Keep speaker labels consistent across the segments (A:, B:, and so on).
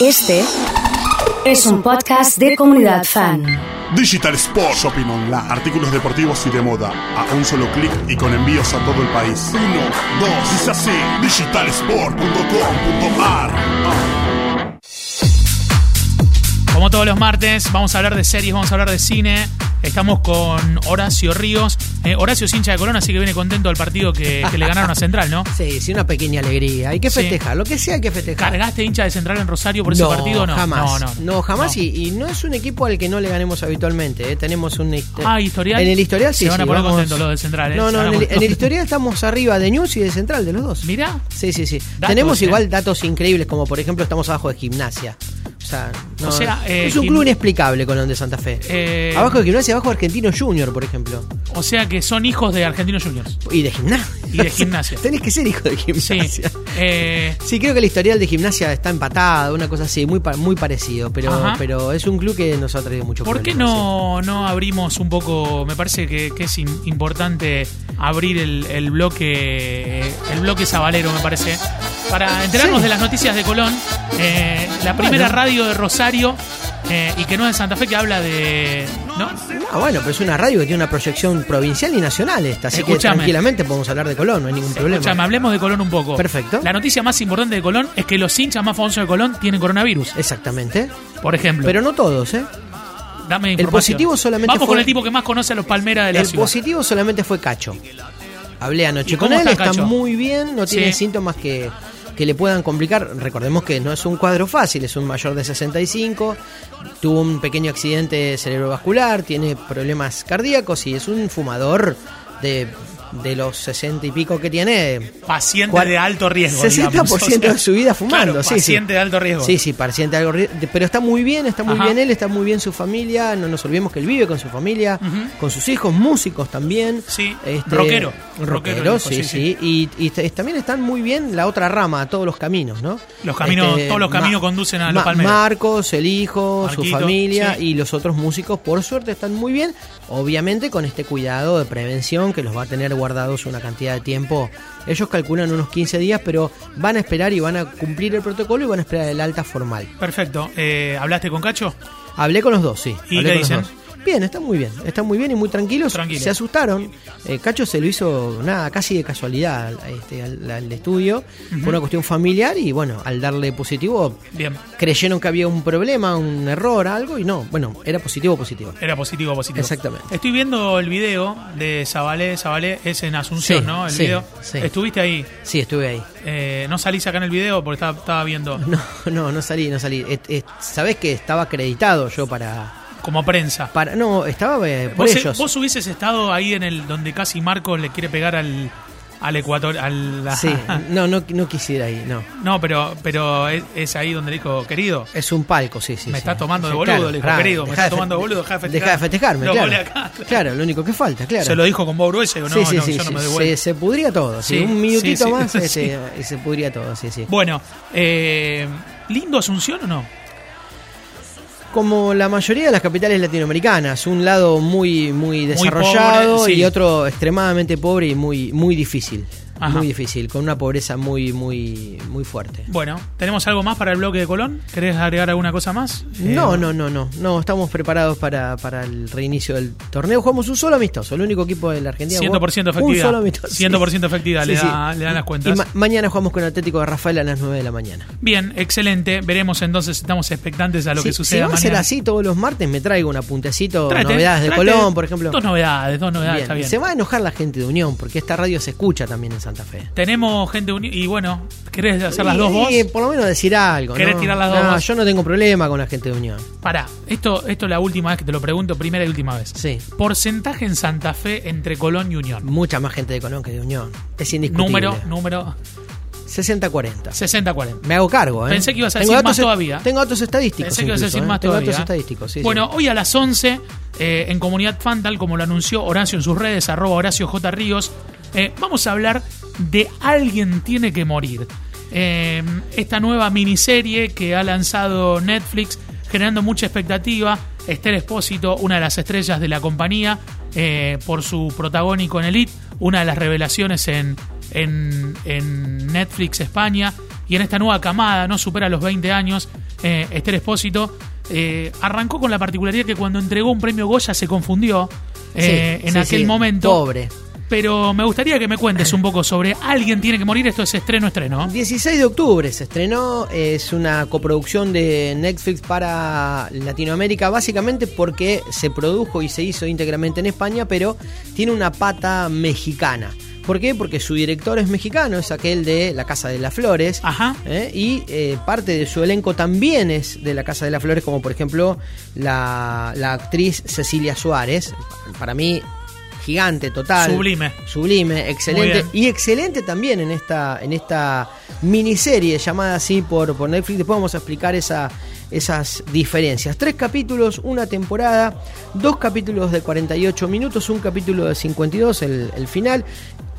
A: Este es un podcast de comunidad fan.
B: Digital Sport Shopping Online. Artículos deportivos y de moda. A un solo clic y con envíos a todo el país. Uno, dos, es así. Digitalsport.com.ar.
C: Como todos los martes, vamos a hablar de series, vamos a hablar de cine. Estamos con Horacio Ríos. Eh, Horacio es hincha de Colón, así que viene contento al partido que, eh, que le ganaron a Central, ¿no?
D: Sí, sí, una pequeña alegría. Hay que
C: Sí.
D: festejar, lo que sea hay que festejar.
C: ¿Cargaste hincha de Central en Rosario por ese partido o no?
D: Jamás.
C: No, no, no.
D: jamás.
C: No.
D: Y, y no es un equipo al que no le ganemos habitualmente. ¿eh? Tenemos un. hist-
C: Ah, historial.
D: En el historial
C: Se
D: sí.
C: van a
D: sí,
C: poner
D: vamos-
C: contentos los de Central, ¿eh?
D: No,
C: Se
D: no,
C: van a
D: en el,
C: poner
D: en el
C: contentos.
D: historial estamos arriba de News y de Central, de los dos.
C: Mirá.
D: Sí, sí, sí.
C: Datos,
D: Tenemos
C: ¿eh?
D: igual datos increíbles, como por ejemplo estamos abajo de gimnasia. O sea, no-
C: O sea, eh,
D: es un
C: Gim-
D: club inexplicable Colón de Santa Fe.
C: Eh,
D: abajo de gimnasia, abajo de Argentino Junior, por ejemplo.
C: O sea que son hijos de Argentinos Juniors.
D: Y de gimnasia.
C: Y de gimnasia.
D: Tenés que ser hijo de
C: Sí.
D: gimnasia.
C: Eh,
D: Sí, creo que el historial de gimnasia está empatado, una cosa así, muy, pa- muy parecido, pero,
C: Ajá.
D: pero es un club que nos ha traído mucho
C: ¿Por qué
D: problema,
C: no, no abrimos un poco? Me parece que, que es im- importante abrir el, el bloque el bloque sabalero, me parece. Para enterarnos
D: Sí.
C: de las noticias de Colón, eh, la primera radio de Rosario eh, y que no es de Santa Fe que habla de. ¿no?
D: sí. Ah, bueno, pero es una radio que tiene una proyección provincial y nacional esta, así
C: Escúchame.
D: que tranquilamente podemos hablar de Colón, no hay ningún problema.
C: Escuchame, hablemos de Colón un poco.
D: Perfecto.
C: La noticia más importante de Colón es que los hinchas más famosos de Colón tienen coronavirus,
D: Exactamente.
C: por ejemplo.
D: Pero no todos, ¿eh?
C: Dame información.
D: positivo solamente
C: Vamos
D: fue-
C: con el tipo que más conoce a los Palmeras de la
D: El
C: ciudad.
D: positivo solamente fue Cacho. Hablé
C: ¿Y
D: anoche
C: cómo
D: con él,
C: está
D: está,
C: Cacho?
D: muy bien, no tiene
C: Sí.
D: síntomas que, que le puedan complicar. Recordemos que no es un cuadro fácil, es un mayor de 65, tuvo un pequeño accidente cerebrovascular, tiene problemas cardíacos y es un fumador de, de los 60 y pico que tiene.
C: Paciente
D: Cuar-
C: de alto riesgo.
D: 60%
C: digamos. O sea,
D: de su vida fumando,
C: claro,
D: sí, sí.
C: Paciente de alto riesgo.
D: Sí, sí, paciente algo ri- de- pero está muy bien, está muy
C: Ajá.
D: bien él, está muy bien su familia, no nos olvidemos que él vive con su familia,
C: Ujú.
D: con sus hijos, músicos también. este,
C: Sí, rockero. Rockero,
D: rockero,
C: dijo,
D: sí,
C: sí,
D: sí, Y, y ta- y también están muy bien la otra rama, todos los caminos, ¿no? Este,
C: Los caminos- todos los caminos conducen a Los Palmeros.
D: Marcos, el hijo, su
C: Marquito,
D: familia
C: sí.
D: y los otros músicos, por suerte, están muy bien, obviamente con este cuidado de prevención que los va a tener guardados una cantidad de tiempo. Ellos calculan unos 15 días, pero van a esperar y van a cumplir el protocolo y van a esperar el alta formal.
C: Perfecto. Eh, ¿Hablaste con Cacho?
D: Hablé con los dos, sí.
C: ¿Y qué
D: hablé con los
C: dicen?
D: dos. Bien, están muy bien, están muy bien y muy tranquilos.
C: Tranquilos.
D: Se asustaron. Eh, Cacho se lo hizo nada, casi de casualidad al, a este, al- al estudio. Fue una cuestión familiar y bueno, al darle positivo,
C: Bien.
D: creyeron que había un problema, un error, algo y no. Bueno, era positivo, positivo.
C: Era positivo, positivo.
D: Exactamente.
C: Estoy viendo el video de Zabalé. Zabalé es en Asunción,
D: Sí,
C: ¿no? El
D: sí,
C: video.
D: sí.
C: Estuviste ahí.
D: Sí, estuve ahí.
C: Eh, no salís acá en el video porque estaba, estaba viendo
D: No, no, no salí, no salí. Et- et- Sabés que estaba acreditado yo para.
C: como prensa.
D: para no, estaba eh, por
C: ¿Vos,
D: ellos.
C: vos hubieses estado ahí en el donde casi Marcos le quiere pegar al, al Ecuador. Al, la-
D: Sí, Ah, no, no, no quisiera ir, no.
C: No, pero, pero es, es ahí donde le dijo, querido,
D: Es un palco, sí, sí.
C: Me
D: sí.
C: está tomando de
D: Sí,
C: boludo,
D: claro,
C: le dijo,
D: claro,
C: querido, me
D: dejá
C: está
D: de fe-
C: tomando de boludo, dejá de festejar.
D: Dejá de festejarme,
C: Lo
D: claro.
C: volé acá.
D: Claro, lo único que falta, claro.
C: se lo dijo con voz gruesa, digo, no,
D: sí, sí,
C: no,
D: sí,
C: yo no
D: sí,
C: me
D: se,
C: devuelvo.
D: se pudría todo, sí,
C: Sí,
D: un
C: sí,
D: minutito
C: sí,
D: más
C: sí.
D: ese- Se, pudría todo, sí, sí.
C: Bueno, eh, ¿lindo Asunción o no?
D: Como la mayoría de las capitales latinoamericanas, un lado muy muy desarrollado
C: pobre, sí.
D: y otro extremadamente pobre y muy muy difícil,
C: Ajá. Eh.
D: muy difícil, con una pobreza muy muy muy fuerte.
C: Bueno, ¿tenemos algo más para el bloque de Colón? ¿Querés agregar alguna cosa más?
D: No,
C: Eh,
D: no, no, no, no, estamos preparados para, para el reinicio del torneo. Jugamos un solo amistoso, el único equipo de la Argentina. jugó
C: 100%
D: Un
C: efectividad.
D: solo amistoso.
C: 100% efectividad, le da- le dan las cuentas.
D: Y ma- mañana jugamos con Atlético de Rafael a las 9 de la mañana.
C: Bien, excelente. Veremos entonces, estamos expectantes a lo
D: Sí,
C: que suceda
D: si va a ser
C: mañana.
D: así todos los martes, me traigo un apuntecito,
C: Tráete,
D: novedades de
C: tráete
D: Colón, por ejemplo.
C: Dos novedades, dos novedades,
D: Bien.
C: Ah, está bien.
D: Se va a enojar la gente de Unión, porque esta radio se escucha también en Santa Fe.
C: Tenemos gente uni- y bueno, ¿querés hacer las
D: Y-
C: dos
D: y
C: vos?
D: por lo menos decir algo.
C: ¿Querés
D: ¿no?
C: tirar las dos
D: No,
C: vos?
D: yo no tengo problema con la gente de Unión.
C: Pará, esto, esto es la última vez que te lo pregunto, primera y última vez.
D: Sí.
C: Porcentaje en Santa Fe entre Colón y Unión.
D: Mucha más gente de Colón que de Unión. Es indiscutible.
C: Número, número
D: 60-40.
C: 60-40.
D: Me hago cargo, ¿eh?
C: Pensé que ibas a
D: Tengo
C: decir
D: datos
C: más
D: est-
C: todavía.
D: Tengo datos estadísticos.
C: Pensé que ibas a
D: incluso,
C: decir
D: ¿eh?
C: más
D: Tengo
C: todavía.
D: datos estadísticos, sí.
C: bueno,
D: sí.
C: hoy a las 11, eh, en Comunidad Fan, tal como lo anunció Horacio en sus redes, arroba Horacio J. Ríos, eh, vamos a hablar de Alguien tiene que morir. Eh, esta nueva miniserie que ha lanzado Netflix, generando mucha expectativa. Esther Espósito, una de las estrellas de la compañía, eh, por su protagónico en Elite, una de las revelaciones en, en, en Netflix España y en esta nueva camada, no supera los 20 años, eh, Esther Espósito, eh, arrancó con la particularidad que cuando entregó un premio Goya se confundió eh,
D: Sí,
C: en
D: sí,
C: aquel
D: sí,
C: momento.
D: Pobre.
C: Pero me gustaría que me cuentes un poco sobre Alguien tiene que morir, esto es estreno, estreno.
D: 16 de octubre se estrenó, es una coproducción de Netflix para Latinoamérica, básicamente porque se produjo y se hizo íntegramente en España, pero tiene una pata mexicana. ¿Por qué? Porque su director es mexicano, es aquel de La Casa de las Flores.
C: Ajá.
D: ¿eh? Y eh, parte de su elenco también es de La Casa de las Flores, como por ejemplo la, la actriz Cecilia Suárez. Para mí, gigante, total.
C: Sublime.
D: Sublime, excelente.
C: Muy bien.
D: Y excelente también en esta, en esta miniserie llamada así por, por Netflix. Después vamos a explicar esa, esas diferencias. Tres capítulos, una temporada, dos capítulos de 48 minutos, un capítulo de 52, el, el final.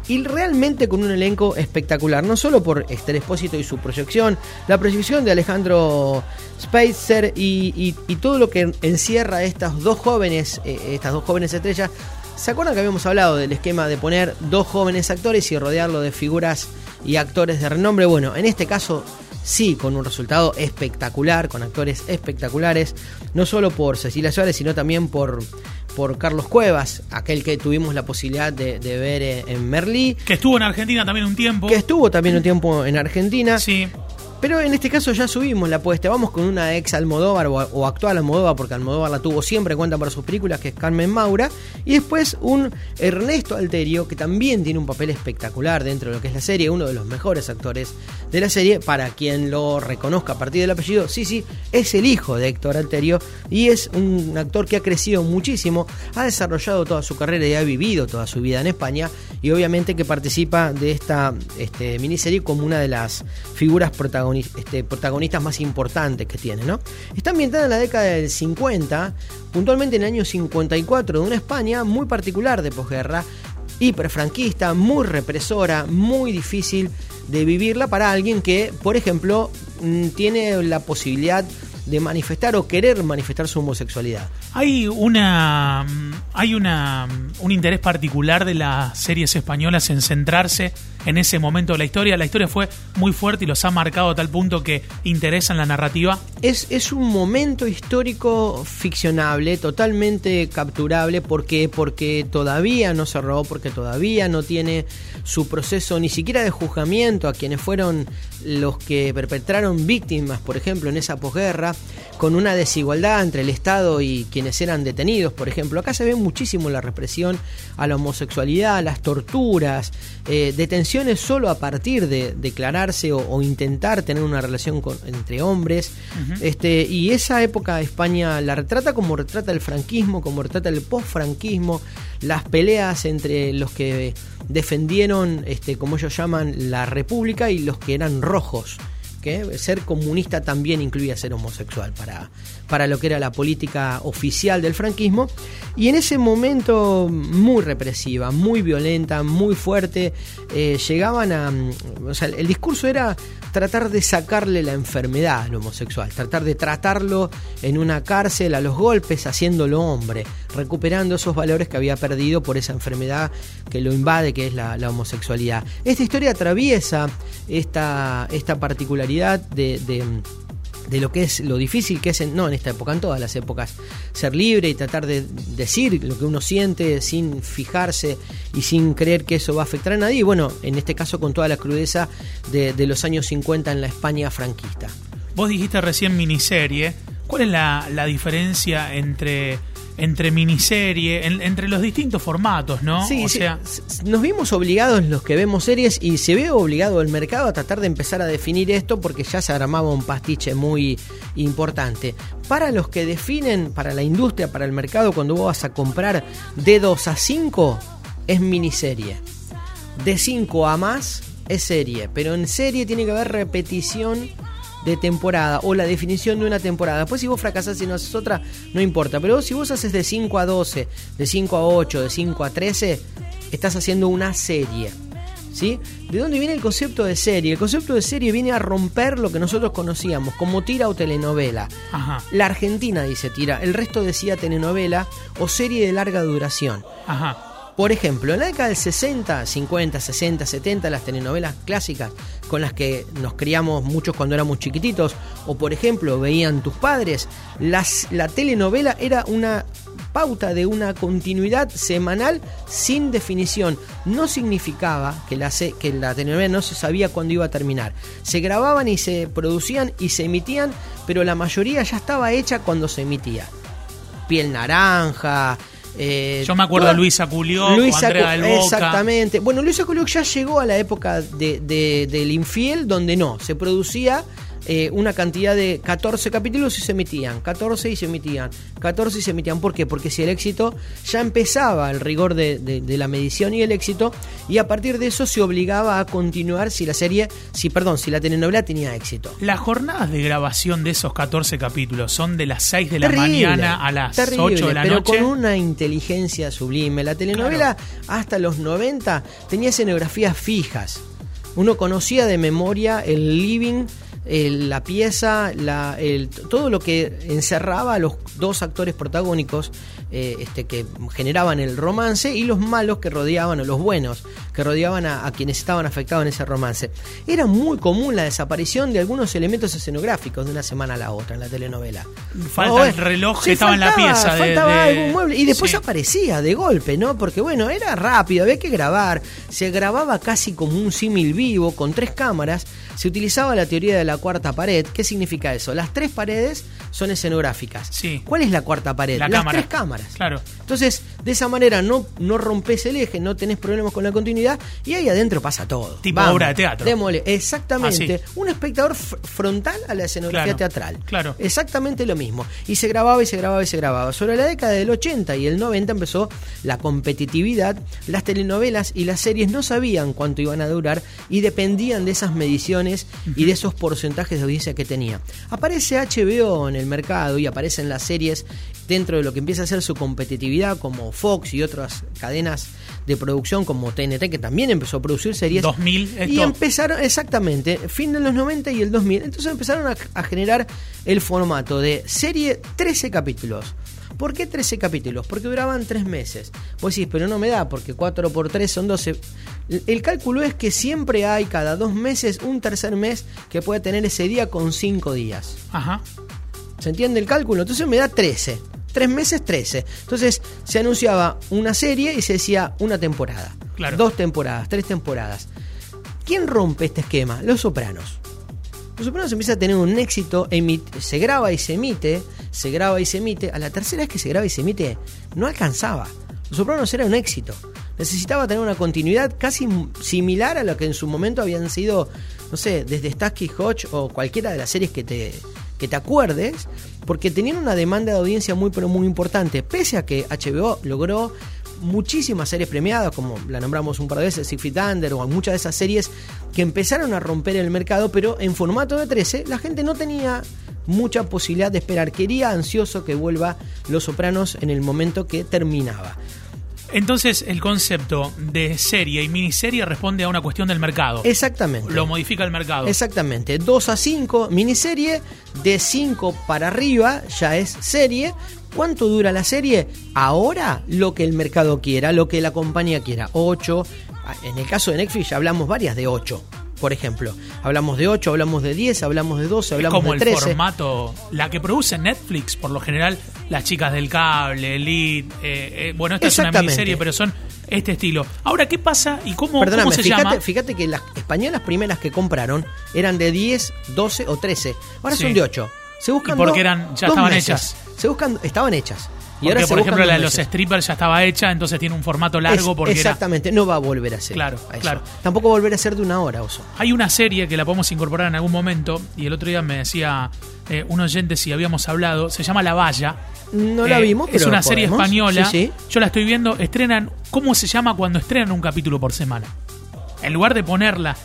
D: Y realmente con un elenco espectacular, no solo por Esther Espósito y su proyección, la proyección de Alejandro Spacer y, y- y todo lo que encierra estas dos jóvenes, eh, estas dos jóvenes estrellas, ¿Se acuerdan que habíamos hablado del esquema de poner dos jóvenes actores y rodearlo de figuras y actores de renombre? Bueno, en este caso sí, con un resultado espectacular, con actores espectaculares, no solo por Cecilia Suárez, sino también por, por Carlos Cuevas, aquel que tuvimos la posibilidad de, de ver eh, en Merlí,
C: Que estuvo en Argentina también un tiempo.
D: que estuvo también un tiempo en Argentina.
C: Sí.
D: Pero en este caso ya subimos la apuesta. Vamos con una ex Almodóvar o, o actual Almodóvar, porque Almodóvar la tuvo siempre, cuenta para sus películas, que es Carmen Maura. Y después un Ernesto Alterio, que también tiene un papel espectacular dentro de lo que es la serie, uno de los mejores actores de la serie. Para quien lo reconozca a partir del apellido, sí, sí, es el hijo de Héctor Alterio y es un actor que ha crecido muchísimo, ha desarrollado toda su carrera y ha vivido toda su vida en España y obviamente que participa de esta este, miniserie como una de las figuras protagoni- este, protagonistas más importantes que tiene. ¿no? Está ambientada en la década del 50, puntualmente en el año 54, de una España muy particular de posguerra, hiperfranquista, muy represora, muy difícil de vivirla para alguien que, por ejemplo, mm, tiene la posibilidad de manifestar o querer manifestar su homosexualidad.
C: Hay una. Hay una. un interés particular de las series españolas en centrarse en ese momento de la historia. La historia fue muy fuerte y los ha marcado a tal punto que interesan la narrativa.
D: Es, es un momento histórico ficcionable, totalmente capturable, porque, porque todavía no se robó, porque todavía no tiene su proceso ni siquiera de juzgamiento a quienes fueron los que perpetraron víctimas, por ejemplo, en esa posguerra, con una desigualdad entre el Estado y quienes eran detenidos, por ejemplo. Acá se ve muchísimo la represión a la homosexualidad, a las torturas, eh, detenciones solo a partir de declararse o, o intentar tener una relación con- entre hombres. este, y esa época España la retrata como retrata el franquismo, como retrata el posfranquismo, las peleas entre los que defendieron, este, como ellos llaman, la república y los que eran rojos. Que ser comunista también incluía ser homosexual para, para lo que era la política oficial del franquismo. Y en ese momento muy represiva, muy violenta, muy fuerte, eh, llegaban a... mm, O sea, el discurso era tratar de sacarle la enfermedad al homosexual, tratar de tratarlo en una cárcel a los golpes, haciéndolo hombre, recuperando esos valores que había perdido por esa enfermedad que lo invade, que es la, la homosexualidad. Esta historia atraviesa esta, esta particularidad de- de de lo que es lo difícil que es, en- no en esta época, en todas las épocas, ser libre y tratar de decir lo que uno siente sin fijarse y sin creer que eso va a afectar a nadie. Y bueno, en este caso con toda la crudeza de, de los años 50 en la España franquista.
C: Vos dijiste recién miniserie. ¿Cuál es la, la diferencia entre, entre miniserie, en- entre los distintos formatos, no?
D: Sí,
C: o
D: sí,
C: sea,
D: s- s- nos vimos obligados los que vemos series y se ve obligado el mercado a tratar de empezar a definir esto porque ya se armaba un pastiche muy importante. Para los que definen, para la industria, para el mercado, cuando vos vas a comprar de 2 a 5 es miniserie. De 5 a más es serie, pero en serie tiene que haber repetición de temporada o la definición de una temporada. Después si vos fracasás y no haces otra, no importa. Pero si vos haces de 5 a 12, de 5 a 8, de 5 a 13, estás haciendo una serie. ¿Sí? ¿De dónde viene el concepto de serie? El concepto de serie viene a romper lo que nosotros conocíamos como tira o telenovela.
C: Ajá.
D: La Argentina dice tira, el resto decía telenovela o serie de larga duración.
C: ajá.
D: Por ejemplo, en la década del 60, 50, 60, 70, las telenovelas clásicas con las que nos criamos muchos cuando éramos chiquititos, o por ejemplo veían tus padres, las, la telenovela era una pauta de una continuidad semanal sin definición. No significaba que la, se- que la telenovela no se sabía cuándo iba a terminar. Se grababan y se producían y se emitían, pero la mayoría ya estaba hecha cuando se emitía. Piel naranja. eh,
C: Yo me acuerdo
D: toda-
C: a Luisa Culió,
D: Luisa
C: Andrea
D: Cu-
C: del Boca.
D: Exactamente. Bueno, Luisa Culió ya llegó a la época de- de- del infiel, donde no, se producía eh, una cantidad de 14 capítulos y se emitían, 14 y se emitían, 14 y se emitían. ¿Por qué? Porque si el éxito ya empezaba el rigor de, de- de la medición y el éxito, y a partir de eso se obligaba a continuar si la serie, si perdón, si la telenovela tenía éxito.
C: Las jornadas de grabación de esos 14 capítulos son de las 6 de la
D: Terrible,
C: mañana a las
D: terrible,
C: 8 de la
D: pero
C: noche.
D: con una inteligencia sublime. La telenovela hasta los 90 tenía escenografías fijas. Uno conocía de memoria el living, el- la pieza, la- el- todo lo que encerraba a los dos actores protagónicos eh, este, que generaban el romance y los malos que rodeaban, o los buenos que rodeaban a, a quienes estaban afectados en ese romance. Era muy común la desaparición de algunos elementos escenográficos de una semana a la otra en la telenovela.
C: Falta el reloj que estaba en la pieza de-
D: Faltaba
C: de-
D: algún mueble. Y después
C: Sí.
D: aparecía de golpe, ¿no? Porque bueno, era rápido, había que grabar. Se grababa casi como un símil vivo, con tres cámaras. Se utilizaba la teoría de la cuarta pared. ¿Qué significa eso? Las tres paredes son escenográficas.
C: Sí.
D: ¿Cuál es la cuarta pared?
C: La
D: Las
C: cámara.
D: tres cámaras.
C: Claro.
D: Entonces, de esa manera no, no rompes el eje, no tenés problemas con la continuidad y ahí adentro pasa todo.
C: Tipo obra de teatro.
D: démosle. Exactamente.
C: Así.
D: Un espectador fr- frontal a la escenografía
C: Claro,
D: teatral.
C: claro.
D: Exactamente lo mismo. Y se grababa y se grababa y se grababa. Sobre la década del 80 y el 90 empezó la competitividad. Las telenovelas y las series no sabían cuánto iban a durar y dependían de esas mediciones y de esos porcentajes de audiencia que tenía. Aparece HBO en el mercado y aparecen las series dentro de lo que empieza a ser su competitividad como Fox y otras cadenas de producción como TNT que también empezó a producir series
C: 2000
D: y
C: esto.
D: empezaron exactamente fin de los 90 y el 2000 entonces empezaron a, a generar el formato de serie 13 capítulos ¿Por qué 13 capítulos? Porque duraban 3 meses. Vos decís, pero no me da, porque 4 por 3 son 12. El- El cálculo es que siempre hay cada 2 meses un tercer mes que puede tener ese día con 5 días.
C: Ajá.
D: ¿Se entiende el cálculo? Entonces me da 13. Tres meses, 13. Entonces se anunciaba una serie y se decía una temporada.
C: Claro.
D: Dos temporadas, tres temporadas. ¿Quién rompe este esquema? Los Sopranos. Los Sopranos empieza a tener un éxito, emi- se graba y se emite, se graba y se emite. A la tercera vez que se graba y se emite, no alcanzaba. Los Sopranos era un éxito. Necesitaba tener una continuidad casi m- similar a lo que en su momento habían sido, no sé, desde Starsky Hodge o cualquiera de las series que te, que te acuerdes, porque tenían una demanda de audiencia muy, pero muy importante. Pese a que HBO logró muchísimas series premiadas, como la nombramos un par de veces, Six Feet Under o muchas de esas series que empezaron a romper el mercado, pero en formato de 13 la gente no tenía mucha posibilidad de esperar. Quería ansioso que vuelva Los Sopranos en el momento que terminaba.
C: Entonces, el concepto de serie y miniserie responde a una cuestión del mercado.
D: Exactamente.
C: Lo modifica el mercado.
D: Exactamente, 2 a 5 miniserie, de 5 para arriba ya es serie. ¿Cuánto dura la serie? Ahora lo que el mercado quiera, lo que la compañía quiera. 8, en el caso de Netflix ya hablamos varias de 8, por ejemplo. Hablamos de 8, hablamos de 10, hablamos de 12,
C: Es
D: hablamos
C: como
D: de
C: el
D: 13.
C: formato, la que produce Netflix, por lo general, las chicas del cable, Elite, eh, eh, bueno, esta es una
D: Exactamente.
C: miniserie, pero son este estilo. Ahora, ¿qué pasa y cómo,
D: Perdóname,
C: cómo se
D: fíjate,
C: llama?
D: fíjate que las españolas primeras que compraron eran de 10, 12 o 13. Ahora
C: Sí.
D: son de 8. Se buscan
C: Y porque
D: do-
C: eran- ya
D: dos
C: estaban
D: meses.
C: hechas.
D: Se buscan, estaban hechas. Y
C: Porque,
D: ahora se
C: por ejemplo,
D: buscan
C: la de
D: dos
C: los
D: meses.
C: strippers ya estaba hecha, entonces tiene un formato largo
D: Es-
C: porque era-
D: Exactamente, no va a volver a ser.
C: Claro,
D: a eso.
C: claro.
D: Tampoco va a volver a ser de una hora, oso.
C: Hay una serie que la podemos incorporar en algún momento, y el otro día me decía eh, un oyente si habíamos hablado, se llama La Valla.
D: No la
C: Eh,
D: vimos, pero
C: Es una serie
D: podemos.
C: española.
D: Sí,
C: Yo la estoy viendo, estrenan, ¿cómo se llama cuando estrenan un capítulo por semana? En lugar de ponerla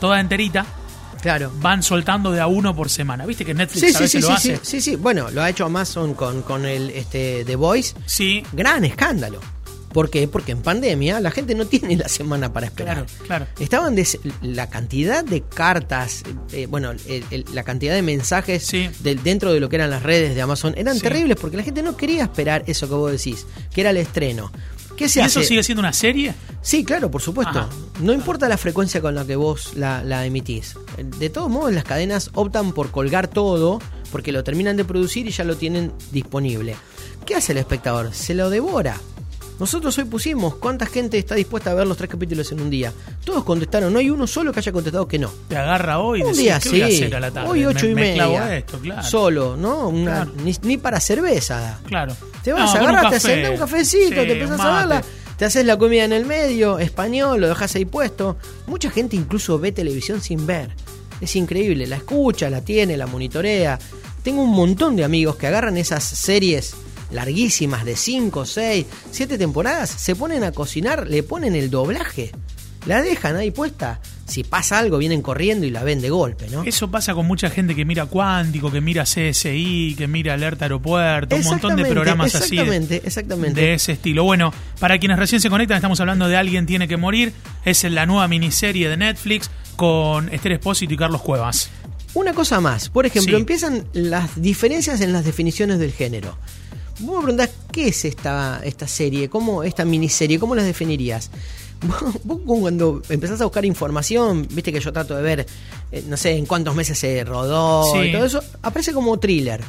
C: toda enterita,
D: sí, claro.
C: van soltando de a uno por semana. ¿Viste que Netflix
D: Sí,
C: a
D: sí,
C: veces
D: sí,
C: lo
D: sí,
C: hace?
D: sí, sí, sí. Bueno, lo ha hecho Amazon con, con el este, The Voice.
C: Sí,
D: Gran escándalo. ¿Por qué? Porque en pandemia la gente no tiene la semana para esperar.
C: claro, claro.
D: Estaban des- la cantidad de cartas, eh, bueno, el- el- la cantidad de mensajes
C: Sí.
D: del, dentro de lo que eran las redes de Amazon eran
C: Sí.
D: terribles porque la gente no quería esperar eso que vos decís, que era el estreno. ¿Qué se
C: ¿Y
D: hace?
C: eso sigue siendo una serie?
D: Sí, claro, por supuesto.
C: Ajá.
D: No importa la frecuencia con la que vos la, la emitís. De todos modos, las cadenas optan por colgar todo porque lo terminan de producir y ya lo tienen disponible. ¿Qué hace el espectador? Se lo devora. Nosotros hoy pusimos cuánta gente está dispuesta a ver los tres capítulos en un día. Todos contestaron, no hay uno solo que haya contestado que no.
C: Te agarra hoy y
D: un
C: decís,
D: día
C: ¿qué
D: sí,
C: voy a hacer a la tarde?
D: hoy
C: Me-
D: ocho y
C: me clavo
D: media.
C: esto, claro.
D: Solo, ¿no? Una-
C: Claro.
D: ni, ni para cerveza da.
C: Claro.
D: Te vas,
C: No,
D: a
C: con un
D: agarrar, te
C: café.
D: sentás un cafecito,
C: Sí,
D: te empezás
C: mate.
D: a verla, te haces la comida en el medio, español, lo dejas ahí puesto. Mucha gente incluso ve televisión sin ver. Es increíble, la escucha, la tiene, la monitorea. Tengo un montón de amigos que agarran esas series larguísimas de 5, 6, 7 temporadas, se ponen a cocinar, le ponen el doblaje. La dejan ahí puesta. Si pasa algo, vienen corriendo y la ven de golpe, ¿no?
C: Eso pasa con mucha gente que mira Cuántico, que mira CSI, que mira Alerta Aeropuerto, un montón de
D: Exactamente,
C: programas así. de-
D: Exactamente, exactamente.
C: de ese estilo. Bueno, para quienes recién se conectan, estamos hablando de Alguien Tiene que Morir. Es la nueva miniserie de Netflix con Esther Espósito y Carlos Cuevas.
D: Una cosa más, por ejemplo,
C: Sí.
D: empiezan las diferencias en las definiciones del género. Vos me preguntás, ¿qué es esta, esta serie? ¿Cómo, esta miniserie? ¿Cómo las definirías? Vos- Vos cuando empezás a buscar información, viste que yo trato de ver, eh, no sé, en cuántos meses se rodó
C: Sí.
D: y todo eso, aparece como thriller.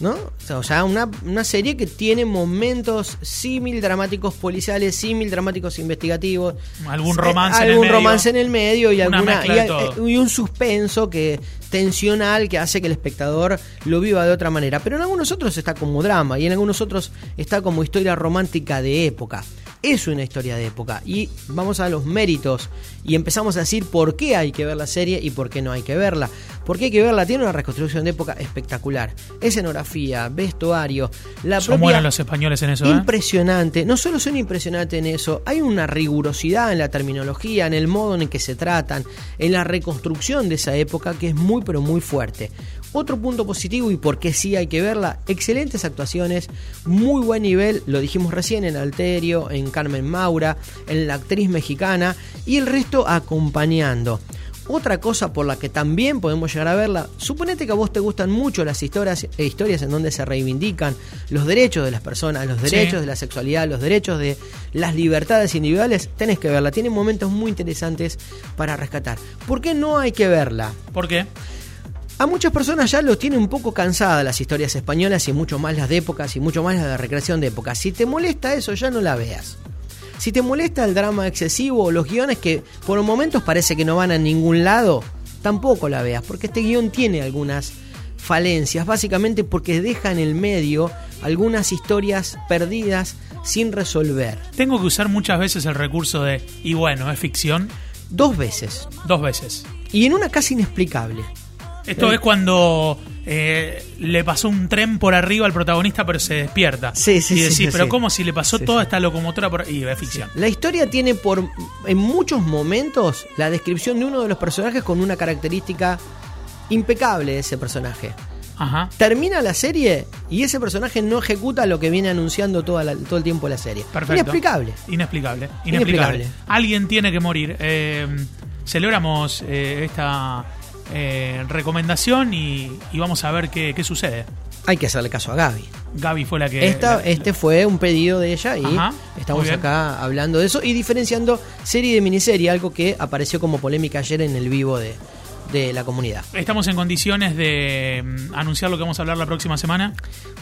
D: ¿No? O sea, o sea, una, una serie que tiene momentos símil dramáticos policiales, símil dramáticos investigativos.
C: Algún
D: Eh,
C: romance en el
D: algún
C: medio.
D: romance en el medio y,
C: Una
D: alguna,
C: mezcla de
D: y- eh,
C: todo.
D: y un suspenso que tensional que hace que el espectador lo viva de otra manera. Pero en algunos otros está como drama y en algunos otros está como historia romántica de época. Es una historia de época y vamos a los méritos y empezamos a decir por qué hay que ver la serie y por qué no hay que verla. Por qué hay que verla tiene una reconstrucción de época espectacular. Escenografía, vestuario, la
C: ¿Cómo
D: propia
C: eran los españoles en eso? eh?
D: Impresionante. No solo son impresionantes en eso, hay una rigurosidad en la terminología, en el modo en el que se tratan, en la reconstrucción de esa época que es muy pero muy fuerte. Otro punto positivo y por qué sí hay que verla, excelentes actuaciones, muy buen nivel, lo dijimos recién en Alterio, en Carmen Maura, en la actriz mexicana y el resto acompañando. Otra cosa por la que también podemos llegar a verla, suponete que a vos te gustan mucho las historias, eh, historias en donde se reivindican los derechos de las personas, los derechos de la sexualidad, los derechos de las libertades individuales, tenés que verla. Tiene momentos muy interesantes para rescatar. ¿Por qué no hay que verla?
C: ¿Por qué?
D: A muchas personas ya los tiene un poco cansada las historias españolas y mucho más las de épocas y mucho más las de recreación de épocas. Si te molesta eso, ya no la veas. Si te molesta el drama excesivo o los guiones que por momentos parece que no van a ningún lado, tampoco la veas, porque este guión tiene algunas falencias, básicamente porque deja en el medio algunas historias perdidas sin resolver.
C: Tengo que usar muchas veces el recurso de, y bueno, es ficción,
D: Dos veces.
C: dos veces.
D: Y en una casi inexplicable.
C: Esto
D: Eh.
C: es cuando eh, le pasó un tren por arriba al protagonista, pero se despierta.
D: Sí, sí,
C: y
D: sí,
C: decís,
D: sí,
C: pero
D: sí.
C: ¿cómo si le pasó
D: Sí,
C: toda
D: sí.
C: esta locomotora por Y es ficción.
D: La historia tiene por en muchos momentos la descripción de uno de los personajes con una característica impecable de ese personaje.
C: Ajá.
D: Termina la serie y ese personaje no ejecuta lo que viene anunciando toda la- todo el tiempo la serie.
C: Perfecto.
D: Inexplicable.
C: Inexplicable. Inexplicable.
D: Inexplicable.
C: Alguien tiene que morir. Eh, celebramos eh, esta eh, recomendación y, y vamos a ver qué, qué sucede.
D: Hay que hacerle caso a Gaby.
C: Gaby fue la que.
D: Esta,
C: la-
D: este fue un pedido de ella y
C: Ajá, muy
D: estamos
C: bien.
D: acá hablando de eso y diferenciando serie de miniserie, algo que apareció como polémica ayer en el vivo de, de la comunidad.
C: Estamos en condiciones de mm, anunciar lo que vamos a hablar la próxima semana.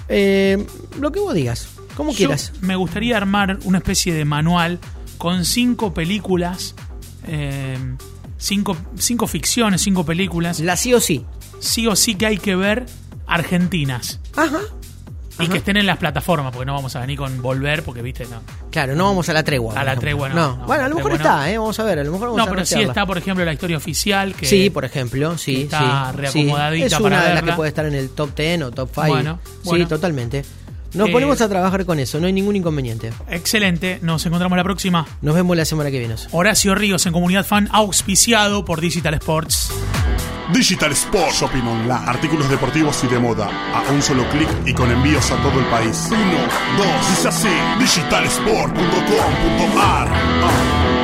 D: Eh, lo que vos digas, como
C: Yo
D: quieras.
C: Me gustaría armar una especie de manual con cinco películas, eh, cinco, cinco ficciones, cinco películas,
D: La sí o sí.
C: sí o sí que hay que ver argentinas.
D: Ajá.
C: Y
D: Ajá.
C: que estén en las plataformas, porque no vamos a venir con volver, porque viste, no.
D: Claro, no vamos a la tregua.
C: A
D: por
C: la
D: ejemplo.
C: tregua no,
D: no.
C: no,
D: bueno,
C: la
D: a lo mejor
C: tregua no.
D: está, ¿eh? Vamos a ver, a lo mejor vamos
C: No,
D: a
C: pero sí
D: rastrearla.
C: está, por ejemplo, la historia oficial. Que
D: Sí, por ejemplo, sí,
C: está
D: sí,
C: reacomodadita
D: sí. Es
C: para
D: una de las
C: verla.
D: que puede estar en el top 10 o top 5.
C: Bueno, bueno.
D: Sí, totalmente. Nos
C: Eh,
D: ponemos a trabajar con eso, no hay ningún inconveniente.
C: Excelente, nos encontramos la próxima.
D: Nos vemos la semana que viene.
C: Horacio Ríos en Comunidad Fan, auspiciado por Digital Sports.
B: Digital Sport Shopping Online. Artículos deportivos y de moda. A un solo clic y con envíos a todo el país. Uno, dos, dice así. Digitalsport.com.ar. Ah.